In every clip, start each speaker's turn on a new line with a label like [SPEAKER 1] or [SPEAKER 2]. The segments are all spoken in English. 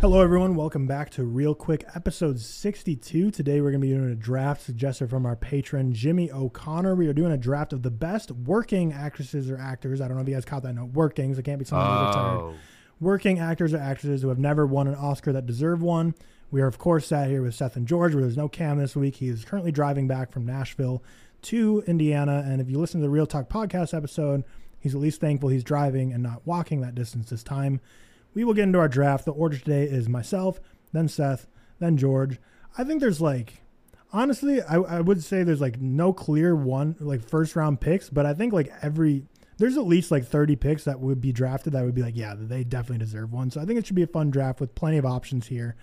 [SPEAKER 1] Hello, everyone. Welcome back to Real Quick, episode 62. Today, we're going to be doing a draft suggested from our patron, Jimmy O'Connor. We are doing a draft of the best working actresses or actors. I don't know if you guys caught that note. Working, so it can't be someone who's retired.
[SPEAKER 2] Oh,
[SPEAKER 1] Working actors or actresses who have never won an Oscar that deserve one. We are, of course, sat here with Seth and George, where there's no Cam this week. He is currently driving back from Nashville to Indiana. And if you listen to the Real Talk podcast episode, he's at least thankful he's driving and not walking that distance this time. We will get into our draft. The order today is myself, then Seth, then George. I think there's like, honestly, I, I would say there's like no clear one, like first round picks, but I think like every, there's at least like 30 picks that would be drafted that would be like, yeah, they definitely deserve one. So I think it should be a fun draft with plenty of options here.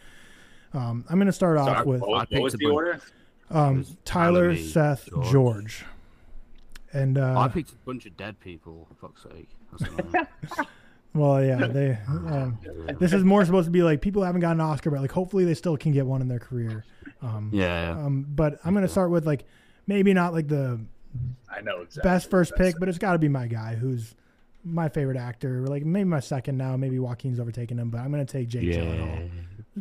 [SPEAKER 1] Um, I'm going to start off
[SPEAKER 3] Sorry,
[SPEAKER 1] with
[SPEAKER 3] what,
[SPEAKER 2] I
[SPEAKER 3] what was
[SPEAKER 2] picked
[SPEAKER 3] the
[SPEAKER 2] a bunch.
[SPEAKER 3] order?
[SPEAKER 1] um,
[SPEAKER 2] was
[SPEAKER 1] Tyler,
[SPEAKER 2] Tyler, me,
[SPEAKER 1] Seth, George.
[SPEAKER 2] George.
[SPEAKER 1] And
[SPEAKER 2] I
[SPEAKER 1] uh,
[SPEAKER 2] picked a bunch of dead people. For fuck's sake. That's annoying.
[SPEAKER 1] well, yeah, they. Um, this is more supposed to be like people haven't gotten an Oscar, but like hopefully they still can get one in their career. Um,
[SPEAKER 2] yeah. yeah.
[SPEAKER 1] um, but I'm gonna start with like maybe not like the
[SPEAKER 3] I know exactly.
[SPEAKER 1] best first
[SPEAKER 3] That's-
[SPEAKER 1] pick, but it's got to be my guy who's my favorite actor. Like maybe my second now. Maybe Joaquin's overtaken him, but I'm gonna take Jake Gyllenhaal.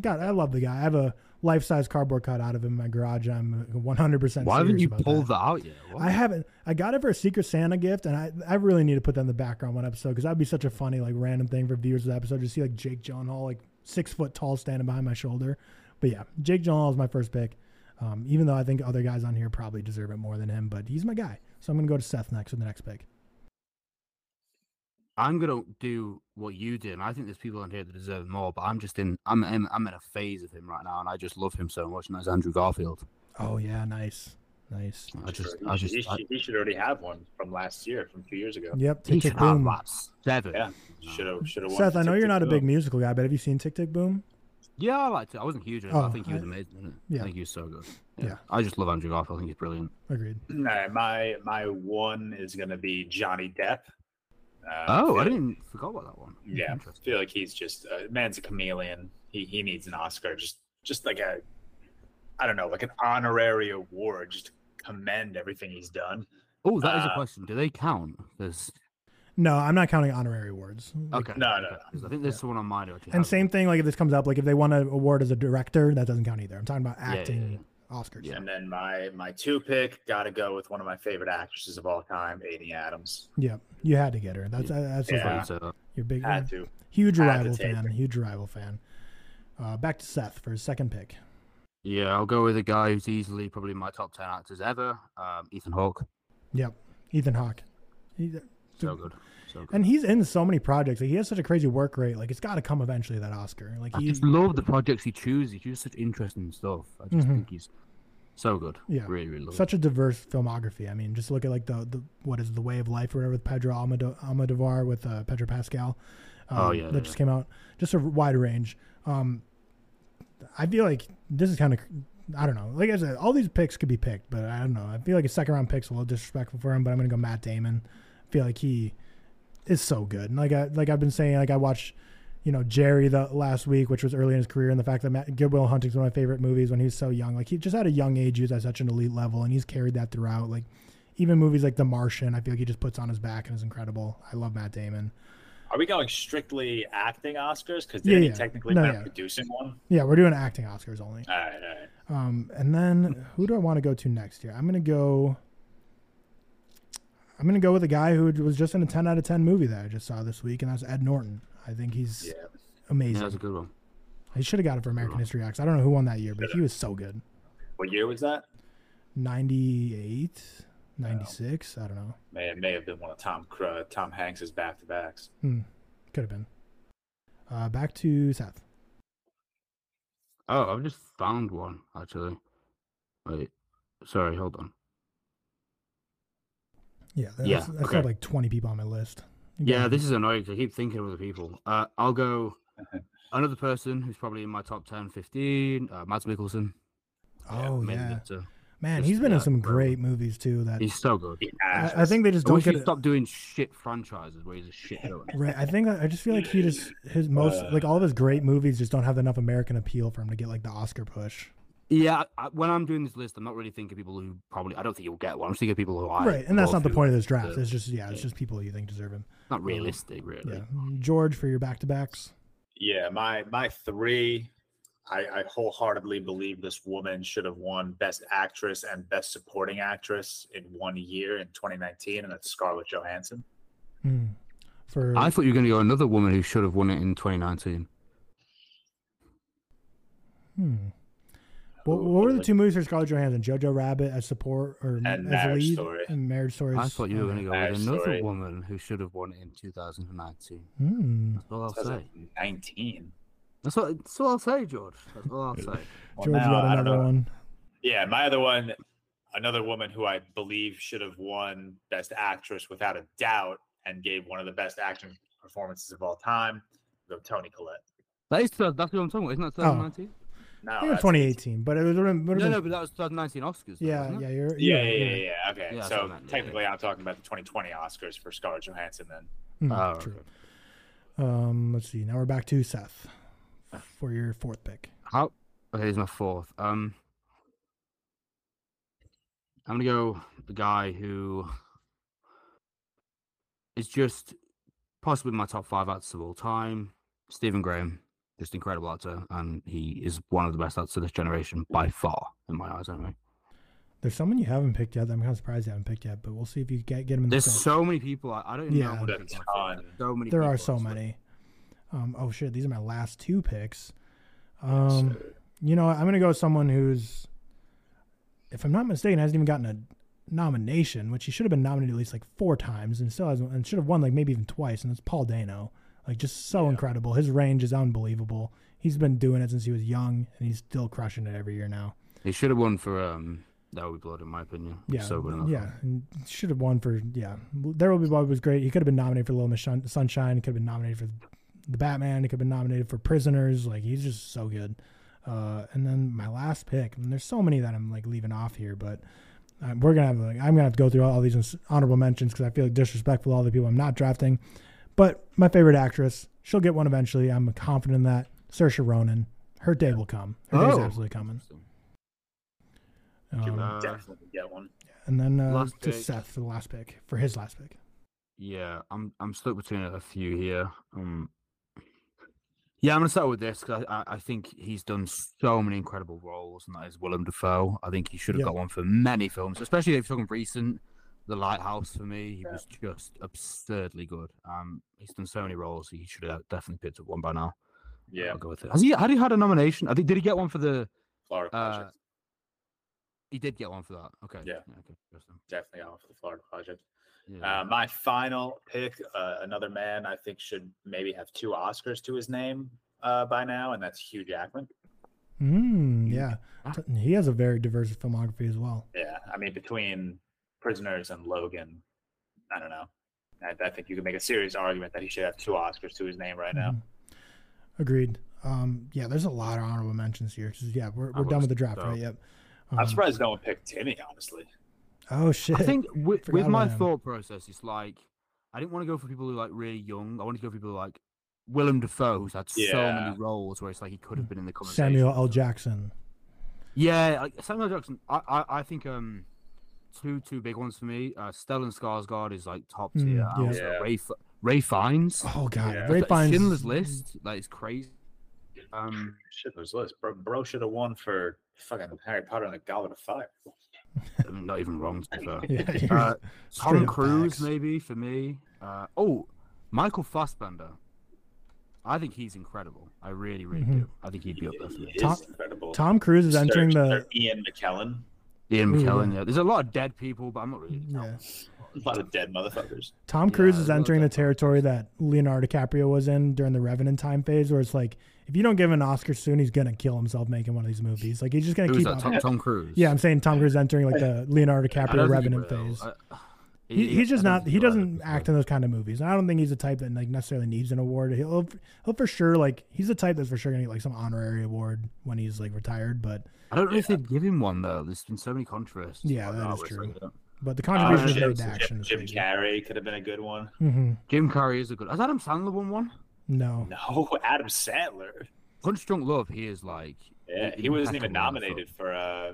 [SPEAKER 1] God, I love the guy. I have a life-size cardboard cutout of him in my garage. I'm 100. percent
[SPEAKER 2] Why haven't you pulled that, out yet? What?
[SPEAKER 1] I haven't. I got it for a Secret Santa gift, and I, I really need to put that in the background one episode because that'd be such a funny like random thing for viewers of the episode to see like Jake Gyllenhaal like six foot tall standing behind my shoulder. But yeah, Jake Gyllenhaal is my first pick. Um, even though I think other guys on here probably deserve it more than him, but he's my guy. So I'm gonna go to Seth next with the next pick.
[SPEAKER 2] I'm gonna do what you did. And I think there's people on here that deserve more, but I'm just in. I'm, I'm I'm in a phase of him right now, and I just love him so much. And that's Andrew Garfield.
[SPEAKER 1] Oh yeah, nice, nice.
[SPEAKER 2] I just,
[SPEAKER 3] He
[SPEAKER 2] I
[SPEAKER 3] should-
[SPEAKER 2] just,
[SPEAKER 3] he,
[SPEAKER 2] I,
[SPEAKER 3] should, he should already have one from last year, from two years ago.
[SPEAKER 1] Yep,
[SPEAKER 2] he
[SPEAKER 1] Tick
[SPEAKER 2] should
[SPEAKER 1] Tick
[SPEAKER 2] have
[SPEAKER 1] Boom.
[SPEAKER 2] that seven.
[SPEAKER 3] Yeah, should have, should have.
[SPEAKER 1] Seth, I know you're not a big musical guy, but have you seen Tick Tick Boom?
[SPEAKER 2] Yeah, I liked it. I wasn't huge on it. but
[SPEAKER 1] Oh,
[SPEAKER 2] I think he was
[SPEAKER 1] I-
[SPEAKER 2] amazing. in it.
[SPEAKER 1] yeah.
[SPEAKER 2] I think he was so good.
[SPEAKER 1] Yeah.
[SPEAKER 2] I just love Andrew Garfield. I think he's brilliant.
[SPEAKER 1] Agreed.
[SPEAKER 3] All right, my my one is gonna be Johnny Depp. Uh,
[SPEAKER 2] Oh, I
[SPEAKER 3] feel-
[SPEAKER 2] didn't forgot about that one.
[SPEAKER 3] Yeah,
[SPEAKER 2] Interesting.
[SPEAKER 3] feel like he's just uh, man's a chameleon. He he needs an Oscar, just just like a, I don't know, like an honorary award, just to commend everything he's done.
[SPEAKER 2] Oh, that is a
[SPEAKER 3] Uh,
[SPEAKER 2] question. Do they count? There's
[SPEAKER 1] No, I'm not counting honorary awards.
[SPEAKER 2] okay.
[SPEAKER 3] No, no,
[SPEAKER 2] okay,
[SPEAKER 3] no.
[SPEAKER 2] 'cause I think there's someone on mine who actually.
[SPEAKER 1] And
[SPEAKER 2] has one.
[SPEAKER 1] same thing, like if this comes up, like if they won an award as a director, that doesn't count either. I'm talking about
[SPEAKER 2] Yeah, yeah,
[SPEAKER 1] acting Oscars.
[SPEAKER 2] Yeah.
[SPEAKER 3] And then my my two pick got to go with one of my favorite actresses of all time, Amy Adams.
[SPEAKER 1] Yep, you had to get her. That's uh, that's
[SPEAKER 2] yeah.
[SPEAKER 1] just
[SPEAKER 2] Sorry,
[SPEAKER 3] Yeah.
[SPEAKER 2] so-
[SPEAKER 1] your big
[SPEAKER 3] Had to.
[SPEAKER 1] huge
[SPEAKER 3] had to
[SPEAKER 1] rival
[SPEAKER 3] take
[SPEAKER 1] fan.
[SPEAKER 3] her.
[SPEAKER 1] Huge rival fan. Uh, back to Seth for his second pick.
[SPEAKER 2] yeah, I'll go with a guy who's easily probably my top ten actors ever. Um, Ethan Hawke.
[SPEAKER 1] Yep, Ethan Hawke. He's-
[SPEAKER 2] So good. So good.
[SPEAKER 1] Mm-hmm. And he's in so many projects. Like he has such a crazy work rate. Like it's got to come eventually that Oscar. Like
[SPEAKER 2] I
[SPEAKER 1] he's
[SPEAKER 2] just love the projects he chooses. He chooses such interesting stuff. I just
[SPEAKER 1] Mhm.
[SPEAKER 2] think he's so good.
[SPEAKER 1] Yeah.
[SPEAKER 2] Really, really love.
[SPEAKER 1] such a diverse filmography. I mean, just look at like the, the what is it, the Way of Life or whatever with Pedro Almodo- Almodovar with uh, Pedro Pascal. Um,
[SPEAKER 2] Oh, yeah,
[SPEAKER 1] that
[SPEAKER 2] yeah,
[SPEAKER 1] just came out. Just a wide range. Um, I feel like this is kind of I don't know. Like I said, all these picks could be picked, but I don't know. I feel like a second round pick's a little disrespectful for him. But I'm gonna go Matt Damon. I feel like he is so good. And like I like I've been saying, like I watched. You know Jerry the last week, which was early in his career, and the fact that Matt, Goodwill Hunting's one of my favorite movies when he was so young. Like he just at a young age, he was at such an elite level, and he's carried that throughout. Like even movies like The Martian, I feel like he just puts on his back and is incredible. I love Matt Damon.
[SPEAKER 3] Are we going strictly acting Oscars? Because
[SPEAKER 1] Yeah,
[SPEAKER 3] did
[SPEAKER 1] yeah.
[SPEAKER 3] he technically
[SPEAKER 1] No,
[SPEAKER 3] win
[SPEAKER 1] yeah.
[SPEAKER 3] a producing one?
[SPEAKER 1] Yeah, we're doing acting Oscars only.
[SPEAKER 3] All right, all right.
[SPEAKER 1] Um, and then who do I want to go to next year? I'm gonna go. I'm gonna go with a guy who was just in a 10 out of 10 movie that I just saw this week, and that's Ed Norton. I think he's
[SPEAKER 3] Yeah.
[SPEAKER 2] yeah,
[SPEAKER 1] amazing.
[SPEAKER 2] that's a good one.
[SPEAKER 1] he should have got it for American History X. I don't know who won that year, but he was so good.
[SPEAKER 3] What year was that?
[SPEAKER 1] 98, 96. I don't know.
[SPEAKER 3] May it may have been one of Tom Cru- Tom Hanks's back to backs.
[SPEAKER 1] Hmm. Could have been. Uh, back to Seth.
[SPEAKER 2] Oh, I've just found one actually. Wait, sorry, hold on.
[SPEAKER 1] Yeah, that's,
[SPEAKER 2] Yeah,
[SPEAKER 1] that's
[SPEAKER 2] okay.
[SPEAKER 1] got like 20 people on my list.
[SPEAKER 2] Yeah, this is annoying 'cause I keep thinking of other people. Uh, I'll go another person who's probably in my top 10, 15, uh, Mads Mikkelsen.
[SPEAKER 1] Oh
[SPEAKER 2] main
[SPEAKER 1] yeah,
[SPEAKER 2] actor.
[SPEAKER 1] man,
[SPEAKER 2] just-
[SPEAKER 1] he's been in
[SPEAKER 2] yeah,
[SPEAKER 1] some
[SPEAKER 2] bro.
[SPEAKER 1] great movies too. That
[SPEAKER 2] He's so good.
[SPEAKER 3] Yeah,
[SPEAKER 1] I, I think they just
[SPEAKER 2] I
[SPEAKER 1] don't
[SPEAKER 2] wish
[SPEAKER 1] get
[SPEAKER 2] he'd
[SPEAKER 1] it.
[SPEAKER 2] stop doing shit franchises where he's a shit villain.
[SPEAKER 1] Right. I think I just feel like he just his most
[SPEAKER 2] Uh,
[SPEAKER 1] like all of his great movies just don't have enough American appeal for him to get like the Oscar push.
[SPEAKER 2] yeah, I, I- when I'm doing this list, I'm not really thinking of people who probably, I don't think you'll get one. I'm just thinking of people who I.
[SPEAKER 1] right. And that's not
[SPEAKER 2] love
[SPEAKER 1] the
[SPEAKER 2] who-
[SPEAKER 1] point of this draft.
[SPEAKER 2] the-
[SPEAKER 1] It's just yeah, it's
[SPEAKER 2] yeah.
[SPEAKER 1] just um, people you think deserve him.
[SPEAKER 2] Not realistic, really.
[SPEAKER 1] Yeah. George for your back to backs.
[SPEAKER 3] Yeah, my my three. I, I wholeheartedly believe this woman should have won Best Actress and Best Supporting Actress in one year in 2019, and that's Scarlett Johansson.
[SPEAKER 1] Mm. For
[SPEAKER 2] I thought you were going to go another woman who should have won it in 2019.
[SPEAKER 1] hmm. what, what were the two movies for Scarlett Johansson? Jojo Rabbit as support or as
[SPEAKER 3] Marriage
[SPEAKER 1] lead
[SPEAKER 3] Story.
[SPEAKER 1] and Marriage Story.
[SPEAKER 2] I thought you were going to go
[SPEAKER 3] Marriage
[SPEAKER 2] with another
[SPEAKER 3] Story.
[SPEAKER 2] woman who should have won it in 2019.
[SPEAKER 1] Hmm.
[SPEAKER 2] That's all I'll say.
[SPEAKER 3] 2019.
[SPEAKER 2] That's all, that's all I'll say, George. That's all I'll say.
[SPEAKER 3] Well,
[SPEAKER 1] George
[SPEAKER 3] now,
[SPEAKER 1] got
[SPEAKER 3] I don't
[SPEAKER 1] another
[SPEAKER 3] know.
[SPEAKER 1] one.
[SPEAKER 3] Yeah, my other one, another woman who I believe should have won Best Actress without a doubt, and gave one of the best acting performances of all time. Go Tony Collette.
[SPEAKER 2] That is, that's what I'm talking about, isn't that 2019?
[SPEAKER 3] No,
[SPEAKER 1] I think it was
[SPEAKER 3] that's-
[SPEAKER 1] 2018, but Oh. it was would have been.
[SPEAKER 2] No, no, but that was 2019 Oscars. Though,
[SPEAKER 1] yeah,
[SPEAKER 2] wasn't
[SPEAKER 1] yeah,
[SPEAKER 2] it?
[SPEAKER 1] you're, you're
[SPEAKER 3] Yeah,
[SPEAKER 1] right,
[SPEAKER 3] yeah,
[SPEAKER 1] you're
[SPEAKER 3] yeah,
[SPEAKER 1] right.
[SPEAKER 3] yeah. Okay,
[SPEAKER 2] Yeah, that's what I
[SPEAKER 3] so
[SPEAKER 2] meant, yeah, yeah.
[SPEAKER 3] technically, I'm talking about the 2020 Oscars for Scarlett Johansson. Then
[SPEAKER 1] Hmm,
[SPEAKER 2] Oh, okay.
[SPEAKER 1] true. Um, let's see. Now we're back to Seth for your fourth pick.
[SPEAKER 2] How? Okay, here's my fourth. Um, I'm gonna go the guy who is just possibly my top five actors of all time. Stephen Graham, just incredible actor, and he is one of the best actors of this generation by far, in my eyes, anyway.
[SPEAKER 1] There's someone you haven't picked yet. that I'm kind of surprised you haven't picked yet, but we'll see if you get get him in the
[SPEAKER 2] There's
[SPEAKER 1] film.
[SPEAKER 2] so many people. I, I don't even
[SPEAKER 1] Yeah.
[SPEAKER 2] know. how to
[SPEAKER 3] There's
[SPEAKER 2] pick
[SPEAKER 3] a
[SPEAKER 2] my favorite.
[SPEAKER 3] ton.
[SPEAKER 2] So many.
[SPEAKER 1] there are
[SPEAKER 2] people,
[SPEAKER 1] so
[SPEAKER 2] it's like-
[SPEAKER 1] many. Um, oh shit, these are my last two picks. Um,
[SPEAKER 3] uh,
[SPEAKER 1] you know, what, I'm gonna go with someone who's, if I'm not mistaken, hasn't even gotten a nomination, which he should have been nominated at least like four times, and still hasn't, and should have won like maybe even twice. And it's Paul Dano, like just so incredible. His range is unbelievable. He's been doing it since he was young, and he's still crushing it every year now.
[SPEAKER 2] He should have won for um. That would be blood, in my opinion.
[SPEAKER 1] Yeah,
[SPEAKER 2] So uh, good in that
[SPEAKER 1] yeah,
[SPEAKER 2] film.
[SPEAKER 1] and should have won for yeah. There Will Be Blood was great. He could have been nominated for Little Miss Shun- Sunshine. He could have been nominated for the Batman. He could have been nominated for Prisoners. Like he's just so good. Uh, and then my last pick, and there's so many that I'm like leaving off here, but uh, we're gonna have like I'm gonna have to go through all, all these honorable mentions because I feel disrespectful to all the people I'm not drafting. But my favorite actress, she'll get one eventually. I'm confident in that. Saoirse Ronan, her day will come. Her day's
[SPEAKER 2] Oh.
[SPEAKER 1] absolutely coming.
[SPEAKER 2] Give
[SPEAKER 1] Um,
[SPEAKER 2] it up. Uh,
[SPEAKER 3] definitely get one.
[SPEAKER 1] and then uh,
[SPEAKER 2] Last
[SPEAKER 1] to
[SPEAKER 2] pick.
[SPEAKER 1] Seth for the last pick, for his last pick.
[SPEAKER 2] Yeah, I'm I'm stuck between a few here. Um, yeah, I'm gonna start with this because I, I, I think he's done so many incredible roles, and that is Willem Dafoe. I think he should have
[SPEAKER 1] Yeah.
[SPEAKER 2] got one for many films, especially if you're talking recent. The Lighthouse for me, he was just absurdly good. Um, he's done so many roles, he should have definitely picked up one by now.
[SPEAKER 3] Yeah,
[SPEAKER 2] I'll go with it. Has he? Had he had a nomination? I think did he get one for the?
[SPEAKER 3] Florida
[SPEAKER 2] Uh,
[SPEAKER 3] Project.
[SPEAKER 2] he did get one for that. Okay.
[SPEAKER 3] Yeah.
[SPEAKER 2] okay. interesting.
[SPEAKER 3] Definitely off the Florida Project.
[SPEAKER 2] Yeah.
[SPEAKER 3] Uh, my final pick, uh, another man I think should maybe have two Oscars to his name uh, by now, and that's Hugh Jackman.
[SPEAKER 1] Mm, yeah,
[SPEAKER 2] Ah.
[SPEAKER 1] T- he has a very diverse filmography as well.
[SPEAKER 3] Yeah, I mean between Prisoners and Logan, I don't know. I, I think you could make a serious argument that he should have two Oscars to his name right now.
[SPEAKER 1] Mhm. Agreed. Um, yeah, there's a lot of honorable mentions here. 'cause, yeah, we're,
[SPEAKER 2] I
[SPEAKER 1] we're done
[SPEAKER 2] was
[SPEAKER 1] with the draft,
[SPEAKER 2] so-
[SPEAKER 1] right? Yep.
[SPEAKER 3] I'm
[SPEAKER 1] Um,
[SPEAKER 3] surprised no one picked Timmy, honestly.
[SPEAKER 1] oh shit.
[SPEAKER 2] I think with,
[SPEAKER 1] Forgot
[SPEAKER 2] with
[SPEAKER 1] about
[SPEAKER 2] my
[SPEAKER 1] him.
[SPEAKER 2] thought process, it's like I didn't want to go for people who are like really young. I wanted to go for people like Willem Dafoe, who's had so
[SPEAKER 3] Yeah.
[SPEAKER 2] many roles where it's like he could have been in the conversation.
[SPEAKER 1] Hmm. Samuel L. Jackson.
[SPEAKER 2] Yeah, like, Samuel Jackson. I, I, I think um, two two big ones for me. Uh, Stellan Skarsgård is like top
[SPEAKER 1] Mm,
[SPEAKER 2] tier.
[SPEAKER 1] yeah.
[SPEAKER 2] and Also,
[SPEAKER 3] Yeah.
[SPEAKER 2] Ray F- Ray Fiennes.
[SPEAKER 1] Oh god,
[SPEAKER 3] Yeah.
[SPEAKER 1] Ray
[SPEAKER 2] Like,
[SPEAKER 1] Fiennes.
[SPEAKER 2] Schindler's List. Like it's crazy. Um,
[SPEAKER 3] Schindler's List. Bro, bro should have won for fucking Harry Potter and the Goblet of Fire.
[SPEAKER 2] I mean, not even wrong to be fair.
[SPEAKER 1] Yeah, you're
[SPEAKER 2] Uh,
[SPEAKER 1] straight
[SPEAKER 2] Tom
[SPEAKER 1] up
[SPEAKER 2] Cruise,
[SPEAKER 1] facts.
[SPEAKER 2] maybe for me. Uh, oh, Michael Fassbender. I think he's incredible. I really, really
[SPEAKER 1] Mhm.
[SPEAKER 2] do. I think he'd be up there for me.
[SPEAKER 3] He
[SPEAKER 1] Tom-
[SPEAKER 3] is incredible.
[SPEAKER 1] Tom Cruise is entering
[SPEAKER 3] Sir-
[SPEAKER 1] the.
[SPEAKER 3] Sir Ian McKellen.
[SPEAKER 2] Ian
[SPEAKER 1] Ooh,
[SPEAKER 2] McKellen.
[SPEAKER 1] yeah.
[SPEAKER 2] Yeah. There's a lot of dead people, but I'm not really.
[SPEAKER 1] Yeah.
[SPEAKER 3] A lot of dead motherfuckers.
[SPEAKER 1] Tom Cruise
[SPEAKER 2] Yeah,
[SPEAKER 1] is
[SPEAKER 2] I love
[SPEAKER 1] entering the
[SPEAKER 2] that
[SPEAKER 1] territory that Leonardo DiCaprio was in during the Revenant time phase, where it's like, if you don't give him an Oscar soon, he's gonna kill himself making one of these movies. Like he's just gonna
[SPEAKER 2] Who's
[SPEAKER 1] keep
[SPEAKER 2] that?
[SPEAKER 1] up.
[SPEAKER 2] Tom, Tom Cruise.
[SPEAKER 1] Yeah, I'm saying Tom Cruise is entering like the Leonardo
[SPEAKER 2] I don't
[SPEAKER 1] DiCaprio
[SPEAKER 2] think he
[SPEAKER 1] Revenant
[SPEAKER 2] will.
[SPEAKER 1] phase.
[SPEAKER 2] I-
[SPEAKER 1] He,
[SPEAKER 2] he-
[SPEAKER 1] he's just
[SPEAKER 2] I don't
[SPEAKER 1] not.
[SPEAKER 2] think
[SPEAKER 1] He
[SPEAKER 2] will. I
[SPEAKER 1] doesn't
[SPEAKER 2] think he
[SPEAKER 1] act
[SPEAKER 2] will.
[SPEAKER 1] in those kind of movies. And I don't think he's the type that like necessarily needs an award. He'll he'll for sure like he's the type that's for sure gonna get like some honorary award when he's like retired. But
[SPEAKER 2] I don't know if they'd give him one though. There's been so many controversies.
[SPEAKER 1] Yeah,
[SPEAKER 2] like
[SPEAKER 1] that is
[SPEAKER 2] where it's
[SPEAKER 1] true.
[SPEAKER 2] like, uh,
[SPEAKER 1] but the
[SPEAKER 3] Uh,
[SPEAKER 1] contribution he's
[SPEAKER 3] Jim,
[SPEAKER 1] made to action
[SPEAKER 3] Jim,
[SPEAKER 1] is
[SPEAKER 3] Jim
[SPEAKER 1] crazy.
[SPEAKER 3] Carrey could have been a good one.
[SPEAKER 1] Mm-hmm.
[SPEAKER 2] Jim Carrey is a good. Has Adam Sandler won one?
[SPEAKER 1] No.
[SPEAKER 3] No, Adam Sandler.
[SPEAKER 2] Punch Drunk Love. He is like.
[SPEAKER 3] Yeah, he
[SPEAKER 2] Ian
[SPEAKER 3] wasn't
[SPEAKER 2] McKellen
[SPEAKER 3] even
[SPEAKER 2] won, I thought.
[SPEAKER 3] nominated for uh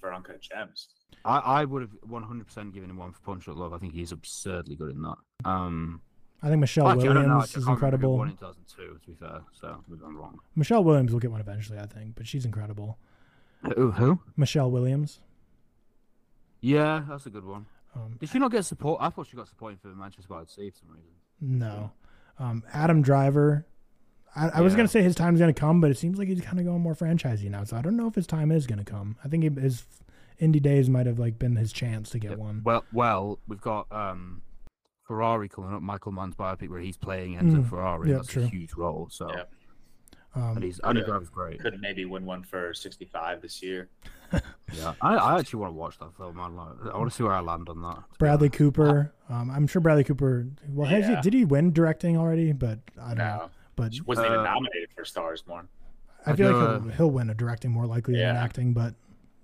[SPEAKER 3] for Uncut Gems.
[SPEAKER 2] I, I would have 100% given him one for Punch Out Love. I think he's absurdly good in that. Um,
[SPEAKER 1] I think Michelle
[SPEAKER 2] Actually, I don't know,
[SPEAKER 1] Williams
[SPEAKER 2] actually, I
[SPEAKER 1] is
[SPEAKER 2] can't remember who
[SPEAKER 1] incredible.
[SPEAKER 2] won in 2002, to be fair. So we've gone wrong.
[SPEAKER 1] Michelle Williams will get one eventually, I think, but she's incredible.
[SPEAKER 2] Who? who?
[SPEAKER 1] Michelle Williams.
[SPEAKER 2] Yeah, that's a good one.
[SPEAKER 1] Um,
[SPEAKER 2] Did she not get support? I thought she got support for Manchester United C for some reason.
[SPEAKER 1] no. Um, Adam Driver. I, I was
[SPEAKER 2] Yeah.
[SPEAKER 1] going to say his time's going to come, but it seems like he's kind of going more franchisey now. So I don't know if his time is going to come. I think he, his indie days might have like been his chance to get
[SPEAKER 2] Yeah,
[SPEAKER 1] one.
[SPEAKER 2] Well, well, we've got um, Ferrari coming up. Michael Mann's biopic where he's playing Enzo
[SPEAKER 1] Mm,
[SPEAKER 2] Ferrari.
[SPEAKER 1] yeah,
[SPEAKER 2] that's
[SPEAKER 1] true.
[SPEAKER 2] a huge role. So
[SPEAKER 3] Yeah.
[SPEAKER 2] and
[SPEAKER 1] Um,
[SPEAKER 2] he's and he
[SPEAKER 3] Yeah.
[SPEAKER 2] drives great.
[SPEAKER 3] Could maybe win one for 65 this year.
[SPEAKER 2] Yeah, I, I actually want to watch that film. I, like, I want to see where I land on that. to be
[SPEAKER 1] Bradley
[SPEAKER 2] honest.
[SPEAKER 1] Cooper. Um, I'm sure Bradley Cooper. Well, has
[SPEAKER 3] Yeah.
[SPEAKER 1] he, did he win directing already? But I don't know.
[SPEAKER 3] No,
[SPEAKER 1] But
[SPEAKER 3] she wasn't even
[SPEAKER 2] Uh,
[SPEAKER 3] nominated for Stars Born.
[SPEAKER 1] I
[SPEAKER 2] I
[SPEAKER 1] feel
[SPEAKER 2] know,
[SPEAKER 1] like he'll, he'll win a directing more likely than an
[SPEAKER 3] Yeah.
[SPEAKER 1] acting. But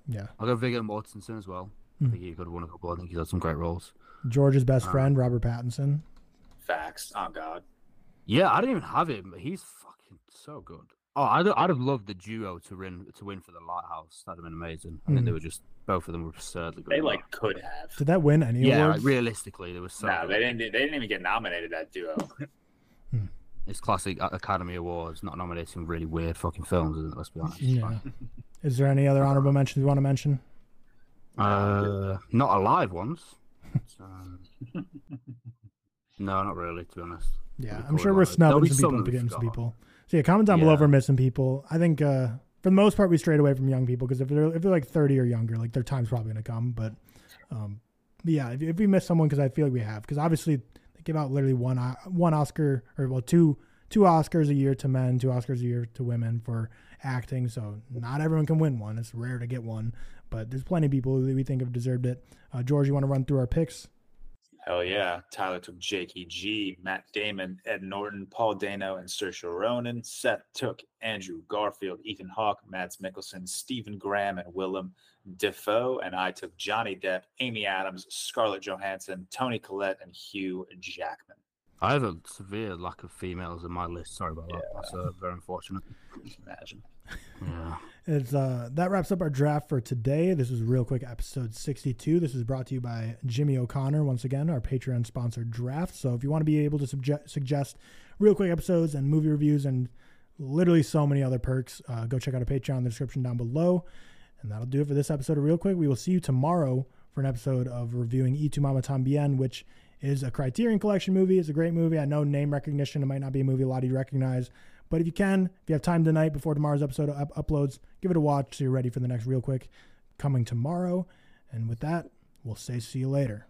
[SPEAKER 1] yeah,
[SPEAKER 2] I'll go Viggo Mortensen as well.
[SPEAKER 1] Mm.
[SPEAKER 2] I think he could have won a couple. I think he's had some great roles.
[SPEAKER 1] George's best
[SPEAKER 2] Uh,
[SPEAKER 1] friend Robert Pattinson.
[SPEAKER 3] Facts. Oh God.
[SPEAKER 2] Yeah, I didn't even have him. but He's fucking so good. Oh, I'd, I'd have loved the duo to win to win for the Lighthouse. That'd have been amazing. I think they
[SPEAKER 1] Mm.
[SPEAKER 2] were just both of them were absurdly good.
[SPEAKER 3] They
[SPEAKER 2] at that.
[SPEAKER 3] like could have.
[SPEAKER 1] Did that win any
[SPEAKER 2] yeah, like,
[SPEAKER 1] awards?
[SPEAKER 2] realistically, they were so.
[SPEAKER 3] No,
[SPEAKER 2] good.
[SPEAKER 3] they didn't. e, They didn't even get nominated. That duo.
[SPEAKER 2] It's classic A- Academy Awards, not nominating really weird fucking films, isn't it? Let's be honest.
[SPEAKER 1] Yeah. Is there any other honorable mentions you want to mention?
[SPEAKER 2] Uh, not alive ones. So... no, not really, to be honest.
[SPEAKER 1] Yeah,
[SPEAKER 2] Pretty
[SPEAKER 1] I'm
[SPEAKER 2] cool
[SPEAKER 1] sure we're
[SPEAKER 2] about it.
[SPEAKER 1] snubbing
[SPEAKER 2] There'll be
[SPEAKER 1] some
[SPEAKER 2] some
[SPEAKER 1] people if
[SPEAKER 2] that
[SPEAKER 1] we
[SPEAKER 2] we
[SPEAKER 1] get some
[SPEAKER 2] forgot.
[SPEAKER 1] people. So yeah, comment down below if
[SPEAKER 2] Yeah.
[SPEAKER 1] we're missing people. I think uh, for the most part we strayed away from young people because if they're if they're like 30 or younger, like their time's probably gonna come. But um, but yeah, if, if we miss someone, because I feel like we have, because obviously they give out literally one O- one Oscar or well two two Oscars a year to men, two Oscars a year to women for acting. So not everyone can win one. It's rare to get one, but there's plenty of people that we think have deserved it. Uh, George, you want to run through our picks?
[SPEAKER 3] Hell yeah. Tyler took Jakey G, Matt Damon, Ed Norton, Paul Dano, and Saoirse Ronan. Seth took Andrew Garfield, Ethan Hawke, Mads Mikkelsen, Stephen Graham, and Willem Defoe. And I took Johnny Depp, Amy Adams, Scarlett Johansson, Tony Collette, and Hugh Jackman.
[SPEAKER 2] I have a severe lack of females in my list. Sorry about that. That's uh, very unfortunate.
[SPEAKER 3] Imagine.
[SPEAKER 2] Yeah.
[SPEAKER 1] It's, uh, that wraps up our draft for today. This is real quick, episode 62. This is brought to you by Jimmy O'Connor, once again, our Patreon sponsored draft. So if you want to be able to subje- suggest real quick episodes and movie reviews and literally so many other perks, uh, go check out our Patreon in the description down below. And that'll do it for this episode of Real Quick. We will see you tomorrow for an episode of reviewing E2 Mama Tambien, which is a Criterion Collection movie. It's a great movie. I know name recognition. It might not be a movie a lot of you recognize, but if you can, if you have time tonight before tomorrow's episode up- uploads, give it a watch so you're ready for the next Real Quick coming tomorrow. And with that, we'll say see you later.